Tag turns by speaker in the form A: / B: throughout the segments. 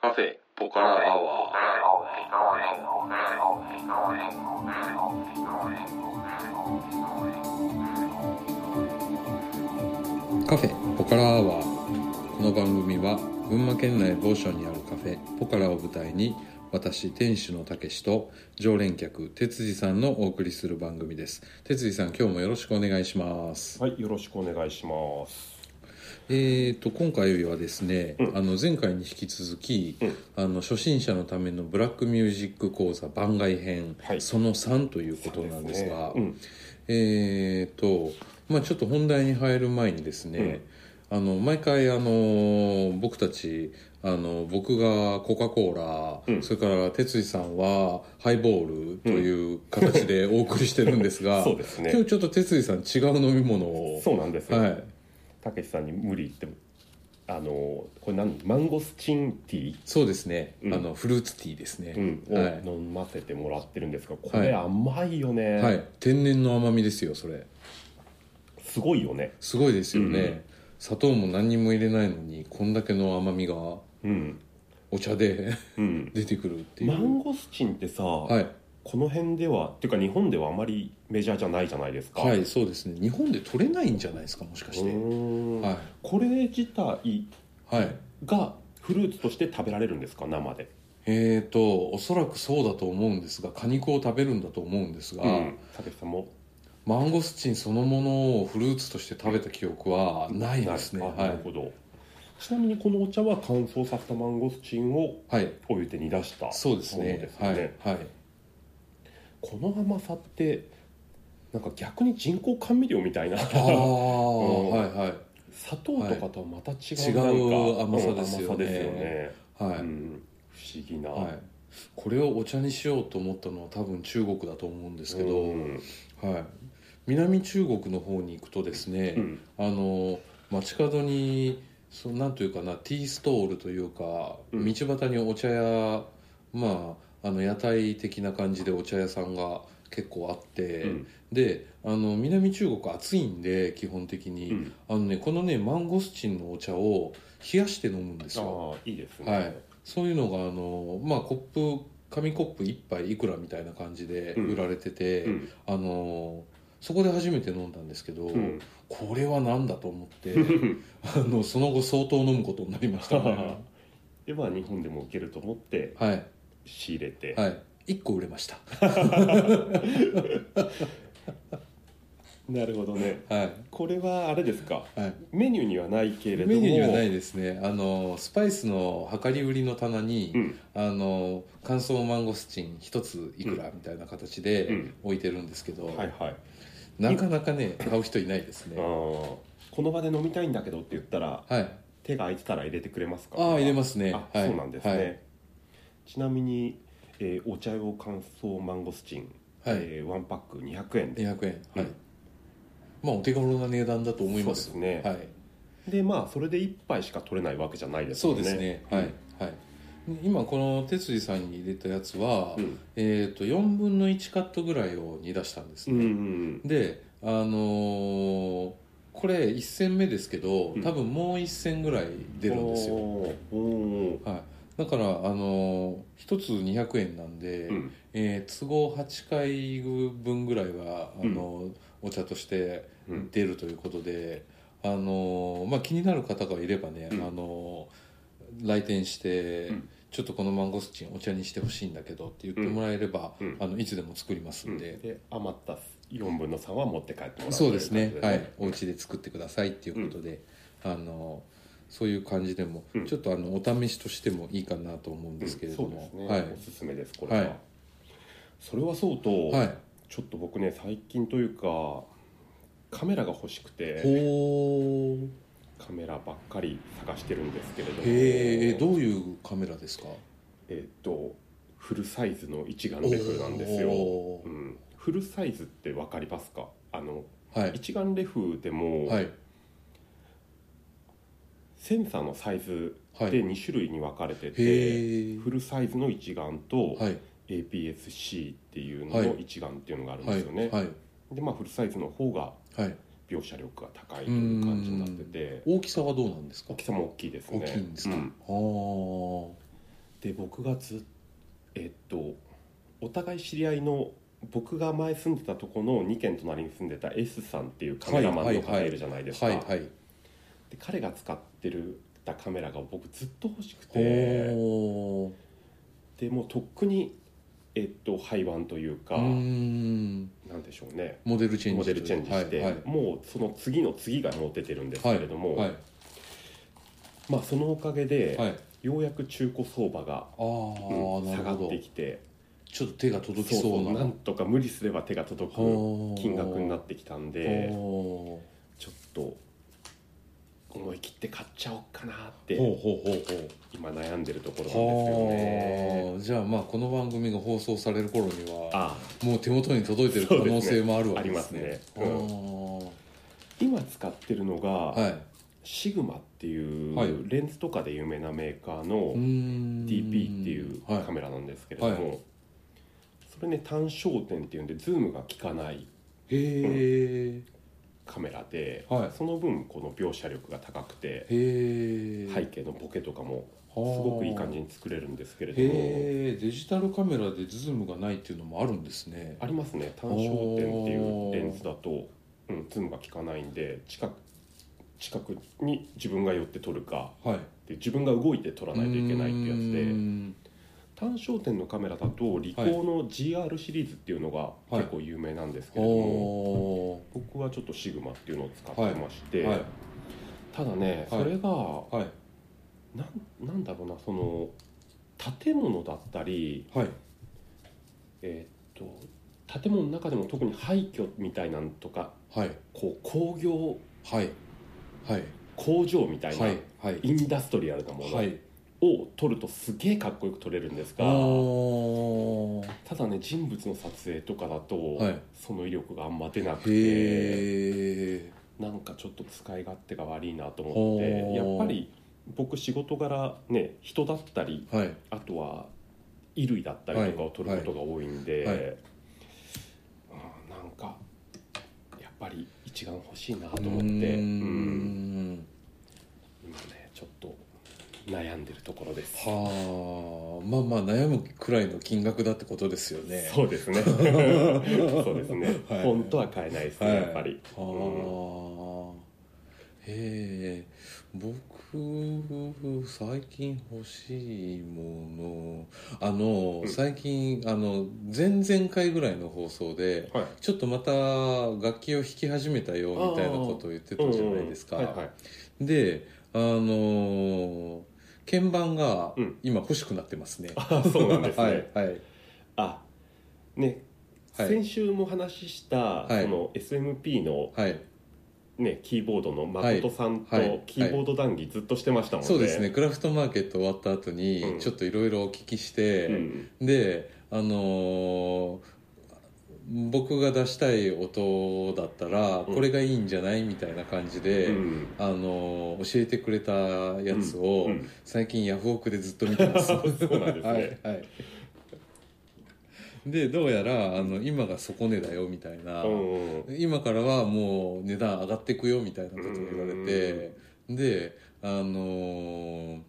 A: カフェポカラアワーカフェポカラアワーこの番組は群馬県内某所にあるカフェポカラを舞台に私店主のたけしと常連客哲司さんのお送りする番組です哲司さん今日もよろしくお願いします
B: はい、よろしくお願いします。
A: えー、と今回はですね、
B: うん
A: あの前回に引き続き、
B: うん
A: あの初心者のためのブラックミュージック講座番外編、
B: はい
A: その3ということなんですが
B: そうですね
A: えー、と、まあ、ちょっと本題に入る前にですね、あの毎回あのー僕たちあの僕がコカ・コーラ、
B: うん
A: それから哲司さんはハイボールという形でお送りしてるんです
B: う
A: が、
B: ん、 そうです
A: 今
B: ね
A: 日。ちょっと哲司さん違う飲み物を。
B: そうなんですよ。
A: はい
B: たけしさんに無理言っても、あのこれ何マンゴスチンティ
A: そうですね、
B: うん
A: あのフルーツティーですね、
B: ー、
A: は
B: うん
A: い
B: を飲ませてもらってるんですが、こ
A: はい
B: れ甘いよね。
A: はい、天然の甘みですよそれ
B: すごいよね。
A: すごいですよね、
B: うん
A: 砂糖も何にも入れないのにこんだけの甘みが
B: うん。
A: お茶で
B: うん。
A: 出てくるっていう
B: マンゴスチンってさ、
A: はい、
B: この辺ではっていうか日本ではあまりメジャーじゃないじゃないですか。
A: は
B: う
A: い、そうですね日本で取れないんじゃないですかもしかして、
B: ーん
A: は
B: これ自体
A: い、はい、
B: がフルーツとして食べられるんですか生で。
A: えーとおそらくそうだと思うんですが果肉を食べるんだと思うんですが、
B: うん。たけしさんも
A: マンゴスチンそのものをフルーツとして食べた記憶はないですね
B: あ
A: は
B: なる
A: い、
B: ほど。ちなみにこのお茶は乾燥させたマンゴスチンを
A: はい、
B: お湯で煮出した
A: そうです
B: もの
A: ね
B: です
A: は
B: よ
A: い
B: ね
A: はい
B: この甘さってなんか逆に人工甘味料み たいな
A: ああ、
B: ん
A: はいはい
B: 砂糖とかとはまた違う,、
A: はい違う
B: なんか
A: 甘さですよね
B: うん甘さですよね
A: はい、
B: うん、不思議な、
A: はい、これをお茶にしようと思ったのは多分中国だと思うんですけど、
B: うん
A: はい、南中国の方に行くとです
B: う
A: ね、
B: ん
A: あの街角にそのなんというかなティーストールというか、
B: うん
A: 道端にお茶屋まああの屋台的な感じでお茶屋さんが結構あって、
B: うん
A: であの南中国暑いんで基本的に、
B: うん
A: あのねこのねマンゴスチンのお茶を冷やして飲むんですよ。
B: ああいいですね、
A: はい、そういうのがあの、まあ、コップ紙コップ1杯いくらみたいな感じで
B: うん
A: 売られてて、
B: うん
A: あのそこで初めて飲んだんですけど、
B: うん
A: これは何だと思ってあのその後相当飲むことになりましたね
B: でまあ日本でも受けると思って
A: はい
B: 仕入れて、
A: はい1個売れました
B: なるほどね
A: はい
B: これはあれですか
A: はい
B: メニューにはないけれども
A: メニューにはないですねあのスパイスの量り売りの棚に、
B: うん
A: あの乾燥マンゴスチン1ついくらみたいな形
B: う
A: で
B: ん
A: 置いてるんですけど、
B: はいはい
A: なかなかね買う人いないです
B: あ
A: ね
B: ーこの場で飲みたいんだけどって言ったら
A: はい
B: 手が空いてたら入れてくれますか
A: ああ入れますすね
B: あ、
A: はい、
B: そうなんですね、
A: はい
B: ちなみに、えーお茶用乾燥マンゴスチン、
A: はい
B: えーワンパック200円で
A: 200円はい、
B: うん
A: まあお手頃な値段だと思います
B: そうですね
A: はい
B: でまあそれで1杯しか取れないわけじゃないです
A: そ
B: よ
A: う
B: ね
A: ですねはい、はい今この哲司さんに入れたやつは、
B: うん
A: えー、と4分の1カットぐらいを煮出したんです
B: うんう
A: ね、
B: ん
A: であのーこれ1煎目ですけど
B: うん
A: 多分もう1煎ぐらい出るんですよ、
B: おーおー
A: はい、だから、あのー、1つ200円なんで、
B: うん
A: えー都合8回分ぐらいはあの、お茶として
B: うん
A: 出るということで、あのまあ、気になる方がいればね、
B: うん
A: あの来店して、
B: うん
A: ちょっとこのマンゴスチンお茶にしてほしいんだけどって言ってもらえれば、
B: うん
A: あのいつでも作ります
B: うんん
A: で。
B: で余った4分の3は持って帰ってもらう
A: そうですね
B: という
A: は
B: 感じ
A: いお家で作ってくださいっていうことで、あのそういう感じでも、
B: うん
A: ちょっとあのお試しとしてもいいかなと思うんですけれど
B: うん
A: も、
B: そうですね、
A: はい
B: おすすめですこれは、
A: はい
B: それはそうと、
A: はい
B: ちょっと僕ね最近というかカメラが欲しくて
A: ほー
B: カメラばっかり探してるんですけれども
A: へえどういうカメラですか
B: えっとフルサイズの一眼レフなんですよ、
A: お
B: う
A: ー
B: ん、フルサイズってわかりますかあの
A: はい
B: 一眼レフでも、
A: はい
B: センサーのサイズ
A: はい
B: で2種類に分かれてて、
A: へえ
B: フルサイズの一眼と、
A: はい、
B: APS-C っていうのの一眼っていうのがあるん
A: は
B: で
A: い
B: すよね、
A: はい
B: でまあフルサイズの方が
A: はい
B: 描写力が高いという感じになってて
A: 大きさはどうなんですか
B: 大きさも大きいですね
A: 大きいんですか、
B: う
A: ああ
B: で僕がずっえっとお互い知り合いの僕が前住んでたとこの2軒隣に住んでた S さんっていうカメラマンの方がいるじゃないですか、
A: はいはい
B: で彼が使ってるたカメラが僕ずっと欲しくて
A: ほ
B: でもうとっくにえっと廃盤という
A: ー
B: か、
A: うーん
B: なんでしょうね
A: モデルチェンジ
B: モデルチェンジして、
A: はい
B: もうその次の次が持っててるんです
A: は
B: け
A: い
B: れども、
A: はい
B: まあそのおかげで、
A: はい、
B: ようやく中古相場が、
A: ああ、
B: うん
A: な
B: 下
A: るほ
B: がっ
A: ど
B: てきて
A: ちょっと手が届きそう
B: そう
A: な
B: なんとか無理すれば手が届く
A: ほー
B: 金額になってきたんで
A: ほ
B: ちょっと思い切って買っちゃおうかなっ
A: ー
B: て
A: ほうほうほうほう
B: 今悩んでるところなんですよね。
A: はあじゃあまあこの番組が放送される頃には
B: あ
A: もう手元に届いてる可能性もあるわけ
B: そう
A: で
B: ですす
A: ね
B: ね
A: あ
B: あります今使ってるのが、
A: ーはい
B: シグマってい
A: はいう
B: レンズとかで有名なメーカーの
A: うーん
B: DP っていう
A: はい
B: カメラなんですけれども、
A: は
B: それね単焦点っていうんでズームが効かない
A: へ
B: カメラで、
A: はい
B: その分この描写力が高くて
A: えへえ
B: 背景のボケとかも
A: す
B: すごくいい感じに作れるんですけれども
A: へえデジタルカメラでズームがないっていうのもあるんですね
B: ありますね単焦点っていうレンズだと、うん、ズームが効かないんで近く近くに自分が寄って撮るか
A: はい
B: で自分が動いて撮らないといけないってやつで。
A: うーん
B: 単焦点のカメラだとリコーの GR シリーズっていうのが
A: い
B: 結構有名なんですけれども、
A: お
B: 僕はちょっとシグマっていうのを使ってまし
A: ー
B: て、
A: はい
B: ただね、
A: はい
B: それが
A: はい
B: なんなんだろうなその建物だったり、
A: はい
B: えーっと建物の中でも特に廃墟みたいなんとか
A: はい
B: こう工業
A: はいはい
B: 工場みたいな、
A: はいはい
B: インダストリアルなもの
A: はい
B: を撮るとすげえかっこよく撮れるんですが、
A: おー
B: ただね人物の撮影とかだと、
A: はい
B: その威力があんま出なくて。
A: へえ
B: なんかちょっと使い勝手が悪いなと思
A: ほ
B: っ
A: う
B: てやっぱり僕仕事柄ね人だったり
A: はい
B: あとは衣類だったりとかを取ることが多いんで、
A: はい
B: うんなんかやっぱり一眼欲しいな
A: う
B: と
A: ー
B: 思ってうん
A: ん
B: 今ねちょっと悩んでるところです、
A: はあまあまあ悩むくらいの金額だってことですよね
B: そうですねそうですね、
A: はい
B: 本当は買えないですね、
A: はい
B: やっぱり
A: ああ、へえ僕最近欲しいものあの、
B: うん
A: 最近あの前々回ぐらいの放送で
B: はい
A: ちょっとまた楽器を弾き始めたよみたいなことを言ってたじゃないですか、
B: うんうんはいはい
A: であの鍵盤が
B: うん
A: 今欲しくなってますね、
B: あそうなんですね、
A: はいはい
B: あね、
A: はい
B: 先週も話した、
A: はい
B: その SMP の、
A: はい
B: ね、キーボードの誠さん
A: はいはい
B: とキーボード談義ずっとしてましたもんね。
A: そうですねクラフトマーケット終わった後
B: う
A: に
B: ん
A: ちょっといろいろお聞きして、
B: うん
A: であのー僕が出したい音だったら
B: うん
A: これがいいんじゃないみたいな感じで、
B: うん
A: あのー教えてくれたやつを、
B: うん
A: 最近ヤフオクでずっと見てます
B: そうなんですね
A: はいはいでどうやらあの今が底値だよみたいな、
B: うん
A: 今からはもう値段上がっていくよみたいなことを言われてであのー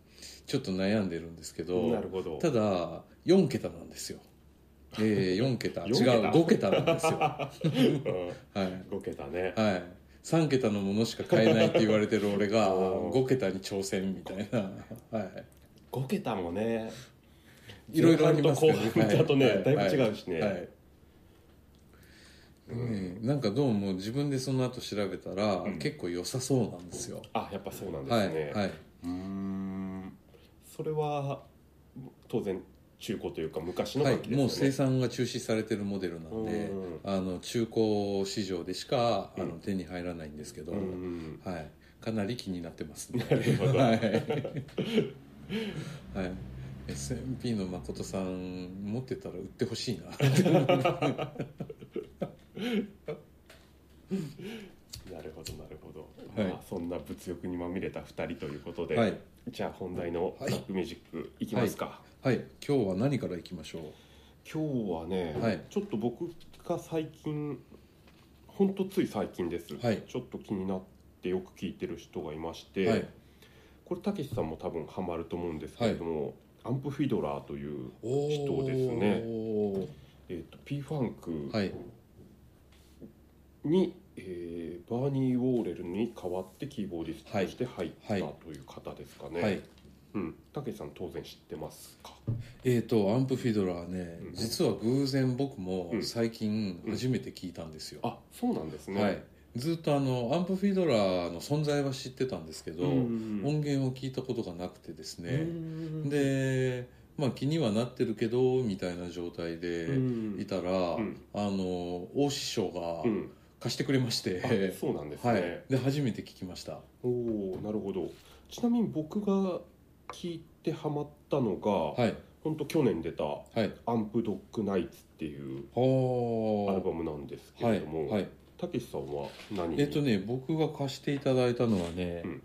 A: ちょっと悩んでるんですけど
B: なるほど
A: ただ4桁なんですよ。えー、4桁
B: 四桁
A: 違う5桁なんですよ。は
B: うん
A: い
B: 5桁ね
A: はい3桁のものしか買えないって言われてる俺 が
B: おー
A: 5桁に挑戦みたいな、はい、
B: 5桁もね
A: いろいろありますけど
B: 前半と後半だとね、
A: はい
B: だいぶ違うしね、
A: はいねえなんかどうも自分でその後調べたら、
B: ん
A: 結構良さそうなんですよ。
B: あやっぱそうなんで
A: は
B: す
A: い
B: ね、
A: はいう
B: ーんそれは当然中古というか昔の
A: はい、
B: 楽器ですよね、
A: もう生産が中止されてるモデルなんで
B: うん
A: あの中古市場でしかあの
B: うん
A: 手に入らないんですけど、
B: うん
A: はい、かなり気になってますね。
B: なるほど
A: はい、はい、SMP の誠さん持ってたら売ってほしいな。
B: なるほどなるほど、
A: はい
B: まあ、そんな物欲にまみれた2人ということで、
A: はい、
B: じゃあ本題の
A: は
B: バ
A: い
B: ックミュージックいきますか、
A: はい、今日は何からいきましょ
B: 今日はね、
A: はい
B: ちょっと僕が最近ほんとつい最近です、
A: はい
B: ちょっと気になってよく聞いてる人がいまし
A: う。
B: て、
A: はい、
B: これたけしさんも多分ハマると思うんですけれども、アンプフィドラーという、
A: おー
B: 人ですねえー、と P ファンク
A: はい
B: に、えーバーニー・ウォーレルに代わってキーボーディストとして入った
A: はい
B: という方ですかね。
A: はい
B: うん、たけしさん当然知ってますか。
A: えー、とアンプフィドラーね、
B: うん
A: 実は偶然僕も
B: うん
A: 最近初めて聞いたんですよ、
B: あ、そうなんですね。
A: はい、ずっとあのアンプフィドラーの存在は知ってたんですけど、
B: うん
A: 音源を聞いたことがなくてですね、
B: うん
A: でまあ気にはなってるけどみたいな状態
B: う
A: で
B: ん
A: いたら、
B: ん
A: あの大師匠が
B: うん
A: 貸してくれまし
B: あ
A: て、
B: そうなんですね。
A: はい、で初めて聞きました
B: おお、なるほど。ちなみに僕が聞いてハマったのが、
A: はい
B: 本当去年出た
A: はい
B: アンプドッグナイツっていう
A: はあ
B: アルバムなんですけ
A: は
B: れ
A: い
B: ども、
A: はい
B: たけしさんは何に
A: えっとね僕が貸していただいたのはね、
B: うん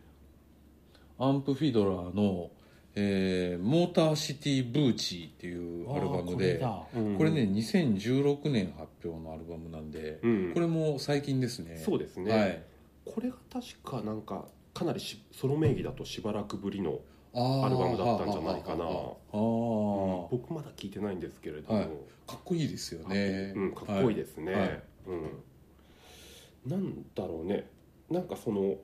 A: アンプフィドラーの、えーモーターシティブーチー」っていうアルバムで
C: あー
B: うん
A: これね、2016年発表のアルバムなんで、
B: うん、
A: これも最近ですね
B: そうですね、
A: はい
B: これが確かなんかかなりしソロ名義だとしばらくぶりの、
A: ア
B: アルバムだったんじゃないかな
A: あーあ
B: うん
A: ー
B: 僕まだ聞いてないんですけれども、
A: はいかっこいいですよね
B: うん、かっこいいですね、
A: はいはい
B: うん、なんだろうねなんかその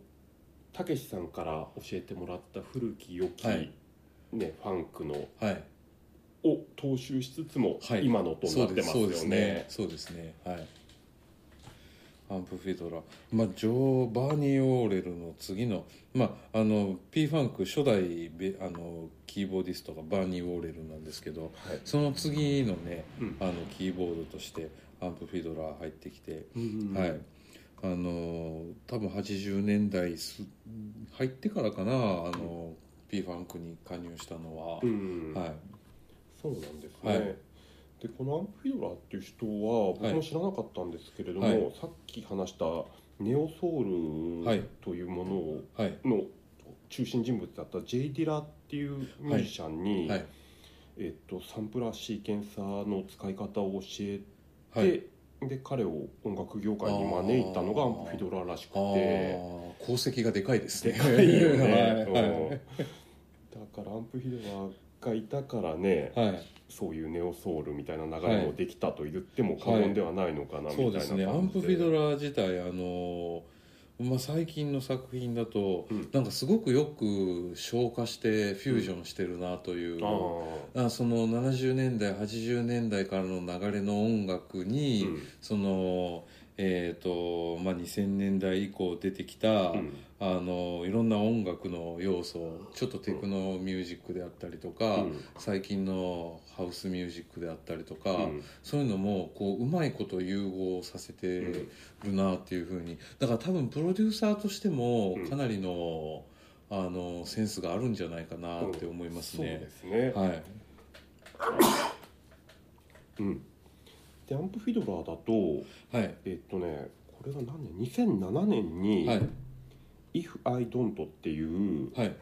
B: たけしさんから教えてもらった古き良き、
A: はい
B: ね、ファンクの
A: はい、はい
B: を踏襲しつつも、
A: はい
B: 今の音に
A: そ
B: な
A: う
B: って
A: で
B: ますす
A: そ
B: よ
A: うですね
B: ね。
A: そうですねはいアンプフィドラまあジョー・バーニー・オーレルの次のまああの P ファンク初代ベあのキーボーディストがバーニー・オーレルなんですけど
B: はい
A: その次のね
B: うん
A: あのキーボードとしてアンプフィドラ入ってきて、
B: うん
A: はいあの多分80年代す入ってからかなあの P ファンクに加入したのは、
B: うん
A: はい
B: そうなんです
A: は
B: ね、
A: い
B: でこのアンプフィドラーっていう人は僕も知らなかったんですけれども、
A: はい
B: さっき話したネオソウ
A: はい
B: ルというものを
A: はい
B: の中心人物だった J ・ディラっていうミュージシャンに、
A: はい
B: えっと、サンプラーシーケンサーの使い方を教えて、
A: はい
B: で彼を音楽業界に招いたのがアンプフィドラーらしく
A: ああ
B: て。
A: 功績がでかいですね
B: でかいよ
A: はい
B: ね、
A: はい
B: うんだからアンプフィドラーがいたからね、
A: はい、
B: そういうネオソウルみたいな流れもできたと言っても過言ではないのかなみたい
A: そう
B: な
A: ですねアンプフィド
B: ラ
A: ラー自体あのまあ、最近の作品だと、
B: うん
A: なんかすごくよく消化してフュージョンしてるなという、あその70年代80年代からの流れの音楽に、そのえっ、と、まあ、2000年代以降出てきた、あのいろんな音楽の要素ちょっとテクノミュージックであったりとか、最近のハウスミュージックであったりとか、そういうのもこううまいこと融合させてるなっていうふうにだから多分プロデューサーとしても
B: うん
A: かなりの,、あのセンスがあるんじゃないかなって思います
B: そう
A: ね
B: で。すね、
A: はい、
B: うん、でアンプフィドラーだと
A: はい、
B: えっとねこれが何年2007年に
A: はい、
B: 「If I Don't」っていう
A: はい、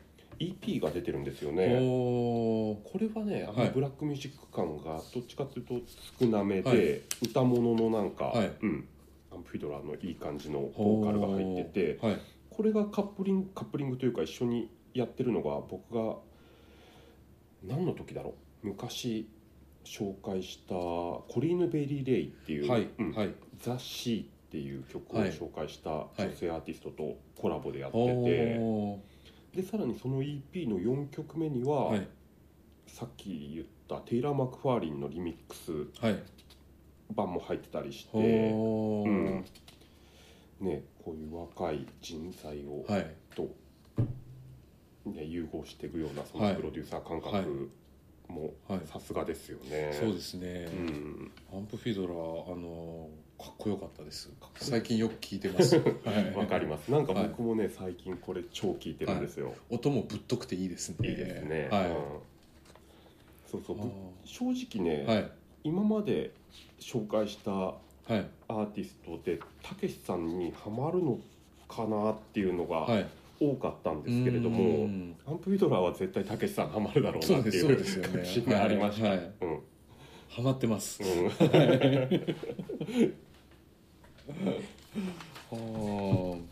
B: EP が出てるんですよ
A: お
B: ね
A: お
B: これはねあん
A: は
B: ま
A: い
B: ブラックミュージック感がどっちかというと少なめで、
A: は
B: 歌物のなんか、
A: はい
B: うん、アンプフィドラーのいい感じのボーカルが入ってて
A: ーはい、
B: これがカップリングカップリングというか一緒にやってるのが僕が何の時だろう昔紹介したコリーヌ・ベリー・レイっていう「
A: はい
B: うん、
A: はい、
B: ザ・シー」っていう曲を
A: はい
B: 紹介した
A: い
B: 女性アーティストとコラボでやってて、
A: お
B: でさらにその EP の4曲目に
A: ー
B: は、
A: はい、
B: さっき言ったテイラー・マクファーリンのリミックス
A: はい、
B: 版も入ってたりして、
A: お
B: う
A: ー
B: んね、こういう若い人材を
A: はい、
B: ね、融合していくようなそ
A: は
B: の
A: い
B: プロデューサー感
A: はい
B: 覚も
A: はい、
B: さすがですよね。
A: そうですね。
B: うん
A: アンプフィドラー、あのーかっこよかったです。最近よく聞いて ます。はい
B: わかります。なんか
A: はい
B: 僕もね、最近これ超聞いてるんですよ。
A: 音もぶっとくていいですね。
B: いいですね。
A: はい
B: うん。そうそう。ぶ
A: あ
B: 正直ね、
A: ーはい、
B: 今まで紹介したア
A: はい、
B: ーティストでたけしさんにハマるのかなっていうの
A: は
B: が
A: い。
B: 多かったんですけれども、
A: うん
B: アンプフィドラーは絶対たけしさんハマるだろう
A: そ
B: な
A: う
B: って
A: です、
B: い
A: そう
B: う
A: ですよ
B: 確信
A: ね。
B: がありました。
A: はいはい
B: うん。
A: ハマってます。
B: うん
A: あー
B: フィドラーいいで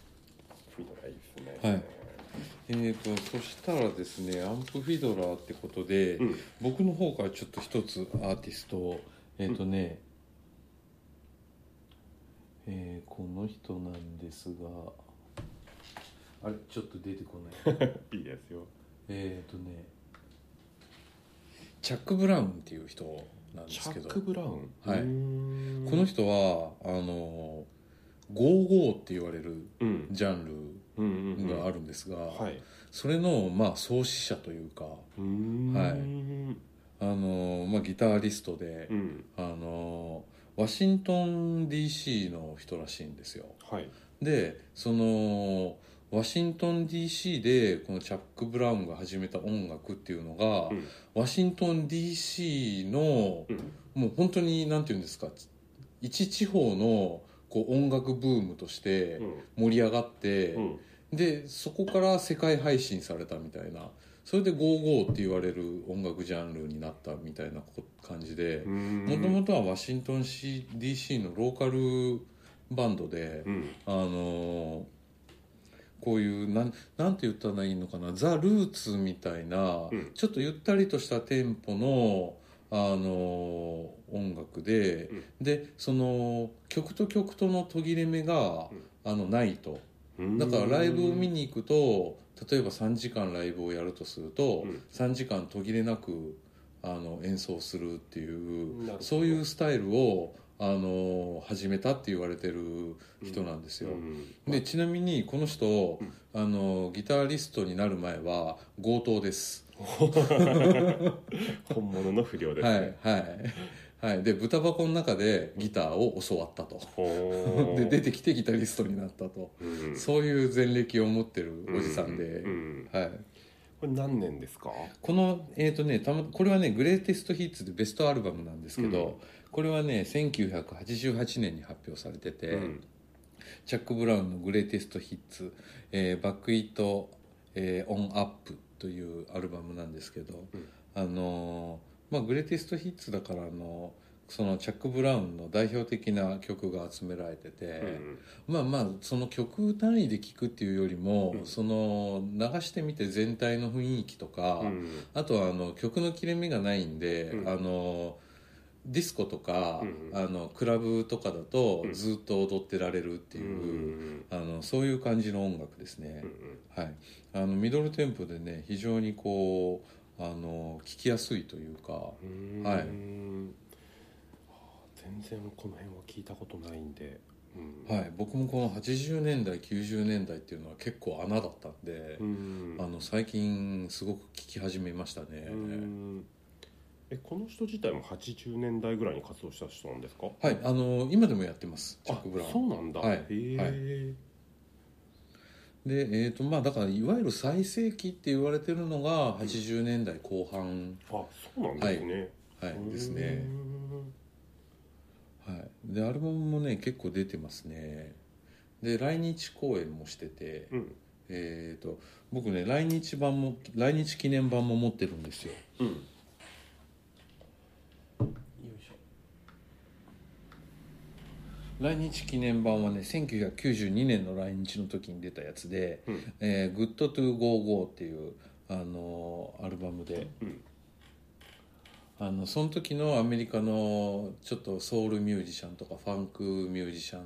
B: すね。
A: はいえー、とそしたらですねアンプフィドラーってことで、
B: うん
A: 僕の方からちょっと一つアーティストをえっ、とね、えーこの人なんですがあれちょっと出てこ ない
B: いいですよ
A: えっとねチャック・ブラウンっていう人なんで
B: チ
A: す
B: ャ
A: けど
B: ック・ブラウン
A: はいう
B: ーん
A: この人はあの55って言われる
B: うん
A: ジャン
B: うんうんう
A: ル
B: ん
A: があるんですが、
B: はい
A: それのまあ創始者というか
B: うーん
A: はい
B: うん
A: あの、まあ、ギタリストで、あのワシントン DC の人らしいんですよ。
B: はい
A: でそのワシントン DC でこのチャック・ブラウンが始めた音楽っていうのが、
B: うん
A: ワシントン DC の
B: うん
A: もう本当になんて言うんですか一地方のこう音楽ブームとして
B: うん
A: 盛り上がって、
B: うん
A: でそこから世界配信されたみたいなそれで「55」って言われる音楽ジャンルになったみたいなこ感じで
B: うーん
A: もともとはワシントン C- DC のローカルバンドで、
B: うん
A: あのーこういうなんなんて言ったらいいのかなザ・ルーツみたいな、
B: うん
A: ちょっとゆったりとしたテンポの、あのー音楽で、
B: うん
A: でその曲と曲との途切れ目が、あのないと。
B: うーん
A: だからライブを見に行くと例えば3時間ライブをやるとすると、
B: うん
A: 3時間途切れなくあの演奏するっていう
B: なるほど
A: そういうスタイルをあの始めたって言われてる人なんですよ。
B: うん
A: でちなみにこの人、
B: うん
A: あのギタリストになる前は強盗です。
B: 本物の不良です
A: は
B: ね
A: いはいはい、で豚箱の中でギターを教わったと。
B: ほー
A: で出てきてギタリストになったと、
B: うん
A: そういう前歴を持ってるおじさんで、
B: ううん
A: はい、
B: これ何年ですか
A: この、えーとね、たまこれはね「グレーテストヒッツ」でベストアルバムなんですけど、
B: うん
A: これはね1988年に発表されてて、
B: うん
A: チャック・ブラウンの「グレーテストヒッツ」えーバックイート、えーオンアップ」というアルバムなんですけど、
B: うん
A: あのーまあ、グレーテストヒッツだからあのそのチャック・ブラウンの代表的な曲が集められてて。
B: うん
A: まあまあその曲単位で聴くっていうよりも、
B: うん
A: その流してみて全体の雰囲気とか、
B: うん
A: あとはあの曲の切れ目がないんで、
B: うん
A: あのディスコとか、
B: うん
A: あのクラブとかだと
B: うん
A: ずっと踊ってられるっていう、あのそういう感じの音楽ですね
B: うんう、ん
A: はい、あのミドルテンポでね非常にこうあの聞きやすいというか
B: うーん
A: はい
B: 全然この辺は聞いたことないんで、うん
A: はい、僕もこの80年代90年代っていうのは結構穴だったんで
B: う、ん
A: あの最近すごく聞き始めましたね、
B: うんえこの人自体も80年代ぐらいに活動した人なんですか
A: はいあの今でもやってますチャッ
B: あ
A: ク・ブラウン
B: そうなんだ、
A: はい
B: へえ、
A: でえーとまあ、だからいわゆる最盛期って言われてるのが80年代後半、
B: あそうなんですね、
A: は
B: うーん
A: い、ですね、はい、でアルバムもね結構出てますねで来日公演もしてて、
B: うん
A: えー、と僕ね来日版も来日記念版も持ってるんですよ
B: うんよいし
A: 来日記念版はね1992年の来日の時に出たやつで
B: ょ、
A: 「えー、GoodToGoGo」っていう、あのーアルバムで
B: うん
A: あのその時のアメリカのちょっとソウルミュージシャンとかファンクミュージシャン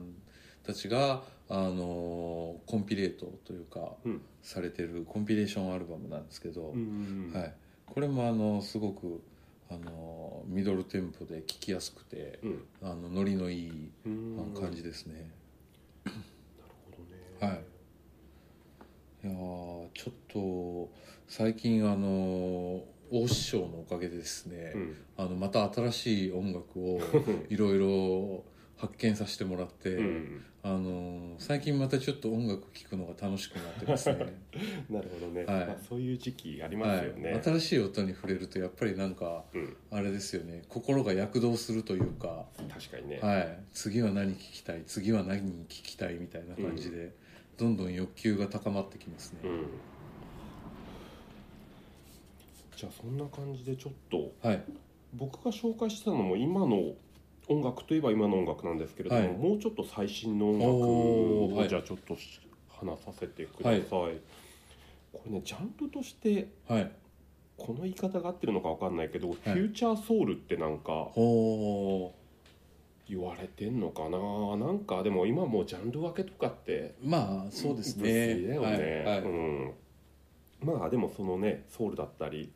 A: たちがあのコンピレートというか、
B: うん
A: されてるコンピレーションアルバムなんですけど、
B: うん
A: はい、これもあのすごくあのミドルテンポで聴きやすくて
B: うん
A: あのノリのいいあの
B: うん
A: 感じですね。
B: なるほどね
A: はいいやーちょっと最近あの大師匠のおかげでですね、
B: うん
A: あのまた新しい音楽 をいろいろ発見させてもらって、
B: うん
A: あの最近またちょっと音楽聴くのが楽しくなってますね
B: なるほどね、
A: はい
B: まあ、そういう時期あり ま
A: は
B: すよね、
A: い、新しい音に触れるとやっぱりなんか
B: うん、
A: あれですよね心が躍動するというか、
B: 確かにね、
A: はい、次は何聴きたい次は何聴きたいみたいな感じで、どんどん欲求が高まってきますね、
B: うんじゃあそんな感じでちょっと
A: はい
B: 僕が紹介してたのも今の音楽といえば今の音楽なんですけれども、
A: はい
B: もうちょっと最新の音楽
A: おー
B: を
A: はい
B: じゃあちょっとし話させてください。
A: はい
B: これねジャンルとして
A: はい
B: この言い方が合ってるのか分かんないけど、フ
A: い
B: ューチャーソウルってなんか
A: ほ
B: 言われてんのかななんかでも今もうジャンル分けとかって
A: うまあそうですね
B: 物理だよね、
A: はい、はい
B: うん、まあでもそのねソウルだったり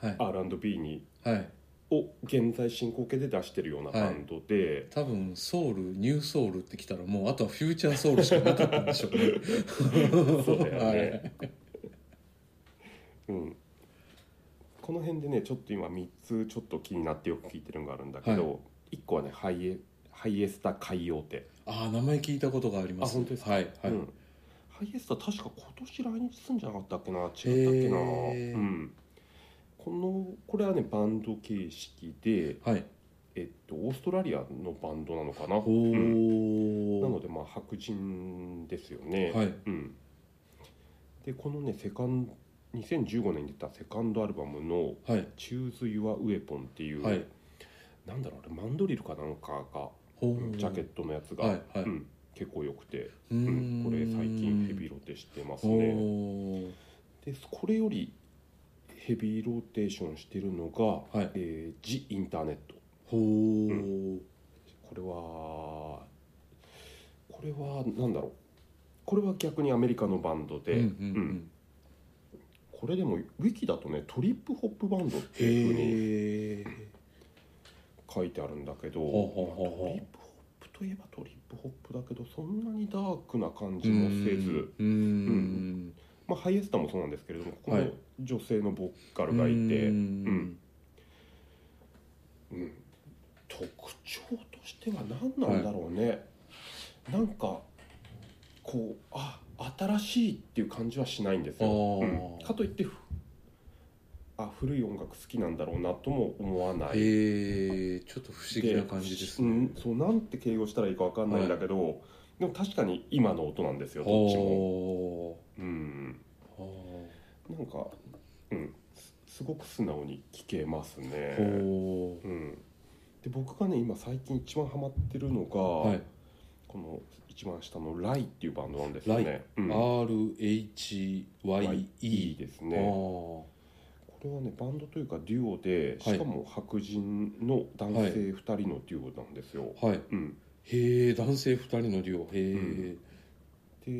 A: はい
B: R&B に
A: はい、
B: を現在進行形で出してるようなバンドで、
A: 多分ソウルニューソウルってきたらもうあとはフューチャーソウルしかなかったんでしょうね
B: そうだよねうん、この辺でねちょっと今3つちょっと気になってよく聞いてるのがあるんだけど、
A: は
B: 1個はねハイエハイエスタ海洋亭、
A: ああ名前聞いたことがあります
B: あ本当です
A: はいはい、
B: うん、ハイエスタ確か今年来日するんじゃなかったっけな違ったっけな、
A: へー
B: うん、このこれはねバンド形式で、
A: はい
B: えっと、オーストラリアのバンドなのかな、
A: お
B: うん
A: お、
B: なのでまあ白人ですよね、
A: はい
B: うん、でこのねセカン2015年に出たセカンドアルバムの
A: はい
B: 「Choose Your Weapon」っていう、
A: はい
B: なんだろうあれマンドリルかなんかが、
A: ほ
B: うん
A: う
B: ジャケットのやつが、
A: はいはい
B: うん、結構良くて、
A: う
B: うん
A: ん
B: これ最近ヘビロテしてます
A: お
B: ね
A: お
B: でこれよりヘビーローテーションしてるのが
A: はい
B: 「えー、ジ・インターネット」
A: ほう、
B: うこれはこれはなんだろうこれは逆にアメリカのバンドで、
A: うんうんう
B: うん
A: ん
B: これでもウィキだとねトリップホップバンドっていうふうに
A: へえ
B: 書いてあるんだけど、
A: ほうほうほうほう
B: まあトリップホップといえばトリップホップだけどそんなにダークな感じもせず、
A: うんうん
B: まあ、ハイエスタもそうなんですけれどもここの
A: はい
B: 女性のボーカルがいて、
A: う
B: うん
A: ん
B: 特徴としては何なんだろうね、なんかこうあ新しいっていう感じはしないんですよ、
A: あー
B: うんかといってふあ古い音楽好きなんだろうなとも思わない
A: へえちょっと不思議な感じです
B: う
A: ね
B: ん、そうなんて形容したらいいかわかんないんだけど、でも確かに今の音なんですよどっちも、
A: ほ
B: うん、
A: うほ
B: なんか、うん、すすごく素直に聞けます
A: う
B: ね、
A: ほう
B: うん、で僕がね今最近一番ハマってるのが、
A: はい
B: この一番下の「ライ」っていうバンドなんですよ
A: ラ
B: ね、うん
A: RHYE
B: です
A: あ
B: ね
A: ー
B: これはねバンドというかデュオで
A: はい
B: しかも白人の男
A: はい
B: 性2人のデュオなんですよ、
A: はい
B: うん、
A: へえ男性二人の量へえ、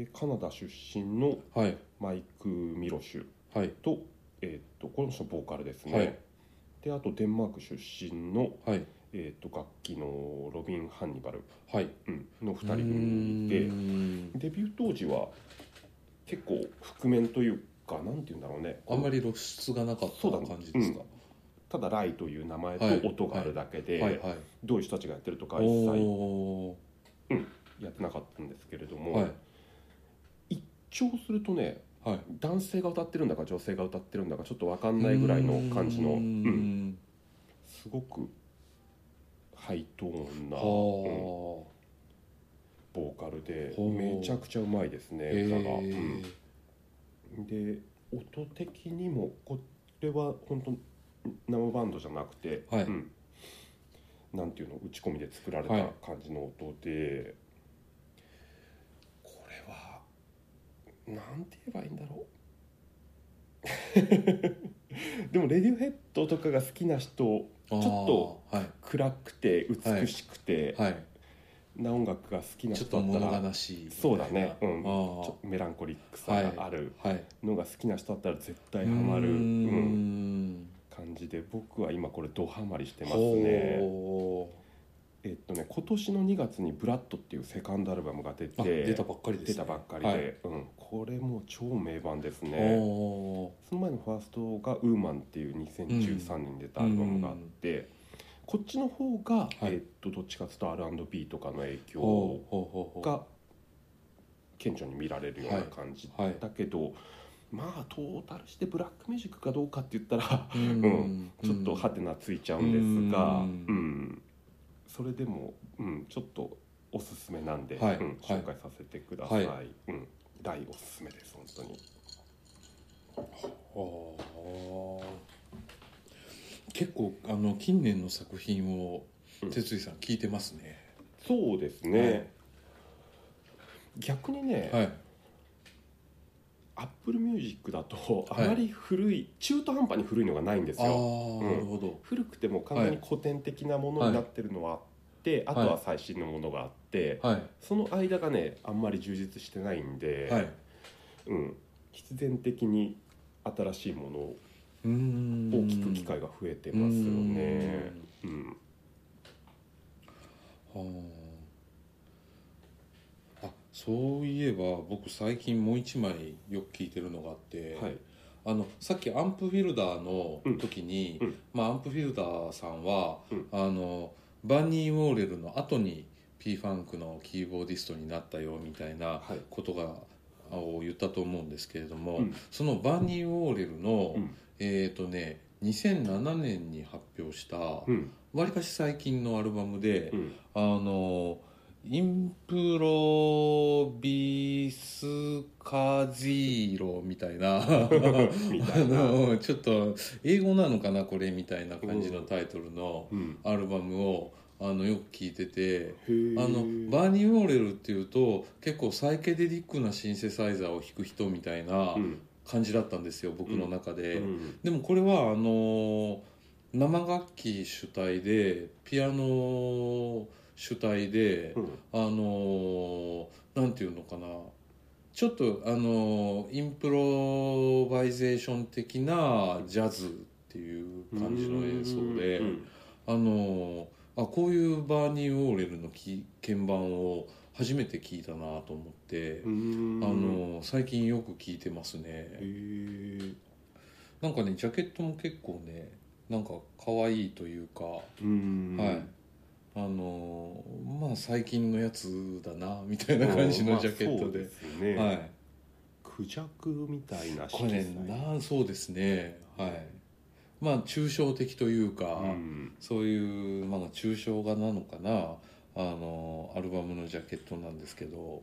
B: でカナダ出身の
A: はい
B: マイク・ミロシュ
A: はい
B: と,、えー、とこの人ボーカルですね、
A: はい
B: であとデンマーク出身の、
A: はい
B: えー、と楽器のロビン・ハンニバル、
A: はい
B: うん、の2人組で
A: で
B: デビュー当時は結構覆面というかなんて言うんだろうね
A: あんまり露出がなかった感じですか、
B: ただ「ライ」という名前と
A: はい
B: 音があるだけで、
A: はいはい
B: どういう人たちがやってるとかは一切
A: お
B: やってなかったんですけれど
A: ー
B: も、
A: はい
B: 一聴するとね
A: はい
B: 男性が歌ってるんだか女性が歌ってるんだかちょっと分かんないぐらいの感じの、
A: うー
B: うん
A: ん
B: すごくハイトーンな、
A: はあ、
B: うんボーカルで
A: ほう
B: めちゃくちゃうまいですね
A: へ
B: 歌が。
A: え
B: うんで音的にもこれは本当生バンドじゃなくて、
A: はい
B: うんなんていうの打ち込みで作られた
A: はい
B: 感じの音で、これはなんて言えばいいんだろう でもレディオヘッドとかが好きな人
A: ちょ
B: っと
A: はい
B: 暗くて美しくて、
A: はい
B: な音楽が好きな
A: ちょ
B: 人
A: っと
B: だったら
A: 物悲しい
B: そうだね、う
A: あ
B: ん、ち
A: あ
B: ょメランコリックさがある、
A: はい
B: のが好きな人だったら絶対
A: う
B: ハマる、
A: ー
B: うん
A: ん
B: 感じで僕は今これドハマりしてますね
A: ほ
B: えっとね今年の2月に「ブラッドっていうセカンドアルバムが出
A: うあ
B: て
A: 出たばっかりです
B: 出たばっかりで、
A: はい
B: うん、これもう超名盤ですね
A: お
B: その前のファーストが「ウーマン」っていう2013年に出たアルバムがあって、こっちの方が、
A: はい
B: えっとどっちかというと R&B とかの影
A: ーほ
B: 響
A: うほうほうほ
B: が顕著に見られるような感じ
A: うはい
B: だけど、まあトータルしてブラックミュージックかどうかって言ったら
A: う
B: ちょっとハテナついちゃうんですが、うんそれでも、うん、ちょっとおすすめなんで、
A: はい
B: うん
A: はい
B: 紹介させてください。
A: は
B: うん大おすすめです本当に。
A: ほう結構あの近年の作品を
B: うん
A: 哲司さん聞いてますね、
B: そうですね。逆にね、
A: はい
B: アップルミュージックだとあ
A: はい
B: まり古い中途半端に古いのがないんです
A: ああ
B: よ
A: ー、
B: うん
A: なるほど
B: 古くても完全に古典的なものになってるのはあって、
A: い
B: あとは最新のものがあって、
A: はい
B: その間がねあんまり充実してないんで、
A: はい
B: うん、必然的に新しいものを
A: うーん
B: 聞く機会が増えてますよね。うん
A: うーんはああそういえば僕最近もう一枚よく聞いてるのがあって、
B: はい
A: あのさっきアンプフィルダーの時に、
B: うんうん
A: まあ、アンプフィルダーさんは、
B: うん
A: あのバンニー・ウォーレルの後に p ファンクのキーボーディストになったよみたいな
B: はい
A: ことが、を言ったと思うんですけれども、
B: うん
A: そのバンニー・ウォーレルの、
B: うん
A: えっ、とね2007年に発表した
B: うん
A: わりかし最近のアルバムで、
B: うん
A: あのインプロビスカジーロみたい な
B: み
A: あ
B: たいな。
A: のちょっと英語なのかなこれみたいな感じのタイトルの
B: うん
A: アルバムをあのよく聞いてて
B: へー
A: あのバーニー・ウォーレルっていうと結構サイケデリックなシンセサイザーを弾く人みたいな
B: うん
A: 感じだったんですよ僕の中で。
B: うん
A: でもこれはあの生楽器主体でピアノ主体で、
B: うん
A: あのなんていうのかなちょっとあのインプロバイゼーション的なジャズっていう感じの演奏で、
B: うん
A: あのあこういうバーニー・ウォーレルのき鍵盤を初めて聞いたなと思って
B: う、ん
A: あの最近よく聞いてますね。
B: へー
A: なんかねジャケットも結構ねなんか可愛いというか、
B: うん
A: はいあのーまあ最近のやつだなみたいな感じのジャケット
B: まあ
A: で、
B: そうすね
A: はい
B: クジャクみたいな
A: これねなんそうですねはいまあ抽象的というか、
B: うん
A: そういうまあ抽象画なのかなあのアルバムのジャケットなんですけど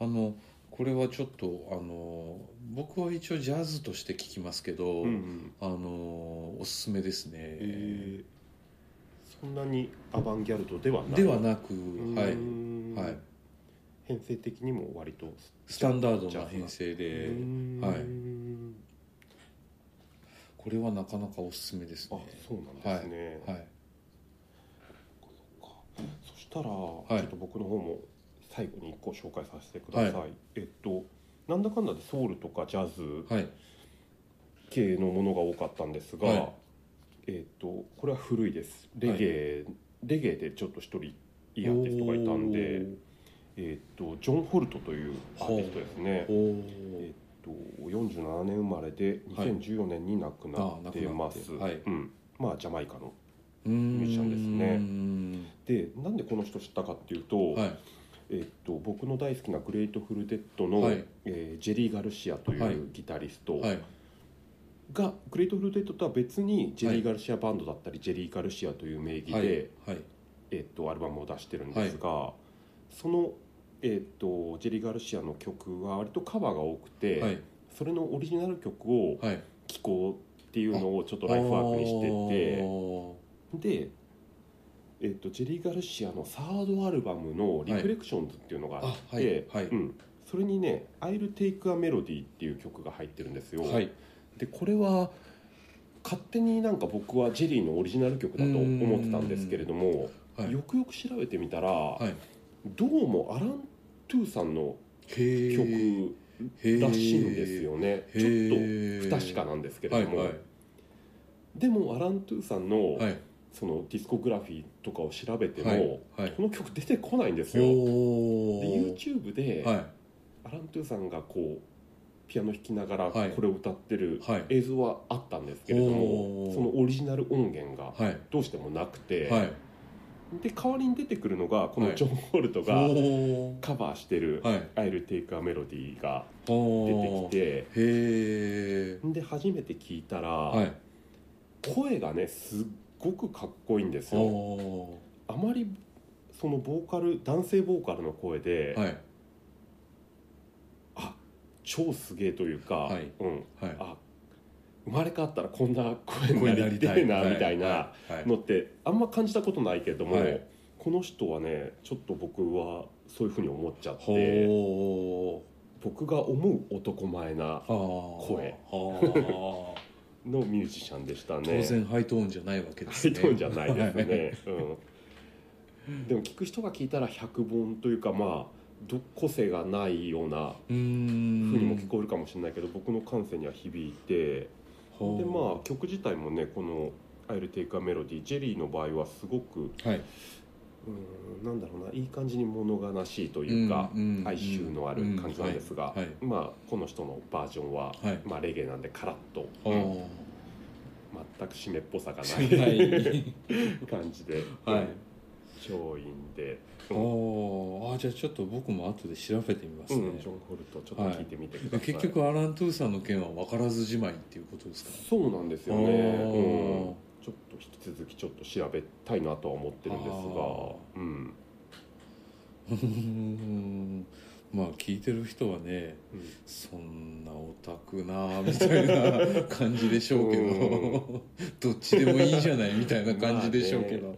A: あのこれはちょっとあの僕は一応ジャズとして聴きますけど、
B: うん
A: あのおすすめですね、
B: えーそんなにアバンギャルドではない
A: ではなく、はい、
B: い
A: はい、
B: 編成的にも割と
A: スタンダードな編成で
B: うん
A: はいこれはなかなかおすすめです
B: あ
A: ね
B: そうなんですね
A: はい
B: そしたらちょ
A: い
B: っと僕の方も最後に一個紹介させてくださ
A: はい
B: えっとなんだかんだでソウルとかジャズ
A: はい
B: 系のものが多かったんです
A: は
B: が
A: い
B: えっとこれは古いですレゲエレゲエでちょっと一人いいアーティストがいたんでえっとジョン・ホルトというアーティストですね
A: おーお
B: ええっと47年生まれで
A: はい
B: 2014年に亡くなってます、
A: あ亡くなってはい
B: うん、まあジャマイカの
A: ーミ
B: ミュージシャン
A: ね
B: でなんでこの人知ったかっていうと,、
A: はい
B: えっと僕の大好きな「グレートフルデッドの」
A: はい
B: えージェリー・ガルシアとい
A: はいう
B: ギタリストが、
A: はい
B: グレートフルデッドとは別にジェリー・ガルシアバンドだったり、ジェリー・ガルシアという名義で、
A: はいはい
B: えっとアルバムを出してるんですが、その、えっとジェリー・ガルシアの曲は割とカバーが多くて、
A: はい
B: それのオリジナル曲を
A: はい
B: 気候っていうのをちょっとライフワークにして
A: お
B: てで、えっとジェリー・ガルシアのサードアルバムの「リフレクションズ」っていうのが
A: ー
B: あ
A: あ
B: って、
A: はいはい
B: うん、それにね「I'll Take a Melody」っていう曲が入ってるんですよ、
A: はい
B: でこれは勝手になんか僕はジェリーのオリジナル曲だと思ってたんですけれども、
A: はい
B: よくよく調べてみたら、
A: い
B: どうもアラン・トゥーさんの
A: へー
B: 曲らしいんですよね、
A: へ
B: ちょっと
A: ー
B: 不確かなんですけれ
A: は
B: ど
A: い
B: も、
A: はい
B: でもアラン・トゥーさんの,、
A: はい
B: そのディスコグラフィーとかを調べても、
A: はいはい
B: この曲出てこないんですよ。
A: お
B: で
A: ー
B: YouTube で、
A: はい
B: アラン・トゥーさんがこうピアノ弾きながら
A: はい
B: これを歌ってる
A: はい
B: 映像はあったんですけれども、
A: おー
B: そのオリジナル音源が
A: はい
B: どうしてもなくて、
A: はい
B: で代わりに出てくるのがこ
A: は
B: の
A: い
B: ジョン・ホルトが
A: お
B: カバーしてる
A: ーはい
B: 「I'll Take a Melody」が出
A: おー
B: てきて
A: へえ
B: で初めて聞いたら、
A: はい
B: 声がねすっごくかっこいいんです
A: お
B: よ
A: お
B: あまりそのボーカル男性ボーカルの声で、
A: ーはい
B: 超すげえというか、
A: はい
B: うん、
A: はい
B: あ生まれ変わったらこんな声になりたいなみたいな
A: はい
B: のってあんま感じたことないけども、
A: はい
B: この人はねちょっと僕はそういうふうに思っちゃって
A: ほ
B: 僕が思う男前な
A: あー
B: 声
A: あ ー
B: のミュージシャンでしたね
A: 当然ハイトーンじゃないわけです
B: ハ
A: ね
B: イトーンじゃないですね、うん、でも聞く人が聞いたら100本というかまあど個性がないような
A: うーん
B: ふうにも聞こえるかもしれないけど、僕の感性には響いて
A: ほう
B: でまあ曲自体もねこの「I'll Take a Melody」ジェリーの場合はすごく
A: はい、
B: うんなんだろうないい感じに物悲しいというか、
A: ん
B: 哀愁のある感じなんですが、
A: うんはい
B: まあこの人のバージョンは、
A: はい
B: まあ、レゲエなんでカラッと、
A: はい
B: うん全く湿っぽさがな
A: はいい
B: 感じで、
A: はい
B: うん上院で、
A: あーあーじゃあちょっと僕も後で調べてみます
B: う
A: ね、
B: んジョン・ホルトちょっと聞いてみてください、
A: 結局アラン・トゥーさんの件は分からずじまいっていうことですか
B: そうなんですよね、
A: あ
B: う
A: ー
B: んちょっと引き続きちょっと調べたいなとは思ってるんですが
A: あー
B: うん
A: うーん まあ聞いてる人はね
B: うん
A: そんなオタクなみたいな感じでしょうけ
B: うん
A: ど どっちでもいいじゃないみたいな感じでしょうけど、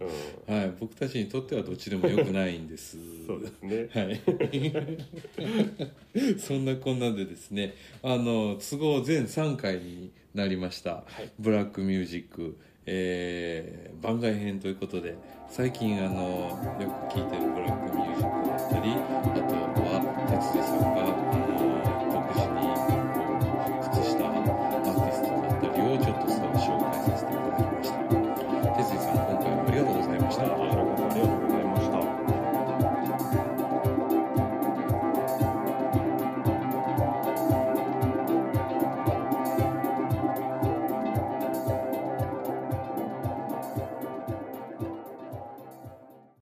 B: まあね
A: はい、僕たちにとってはどっちでもよくないんです
B: うんそうですね
A: はい、そんなこんなでですねあの都合全3回になりました「
B: はい
A: ブラックミュージック」えー番外編ということで最近あのよく聴いてるブラックミュージックだったりあとは哲司さんが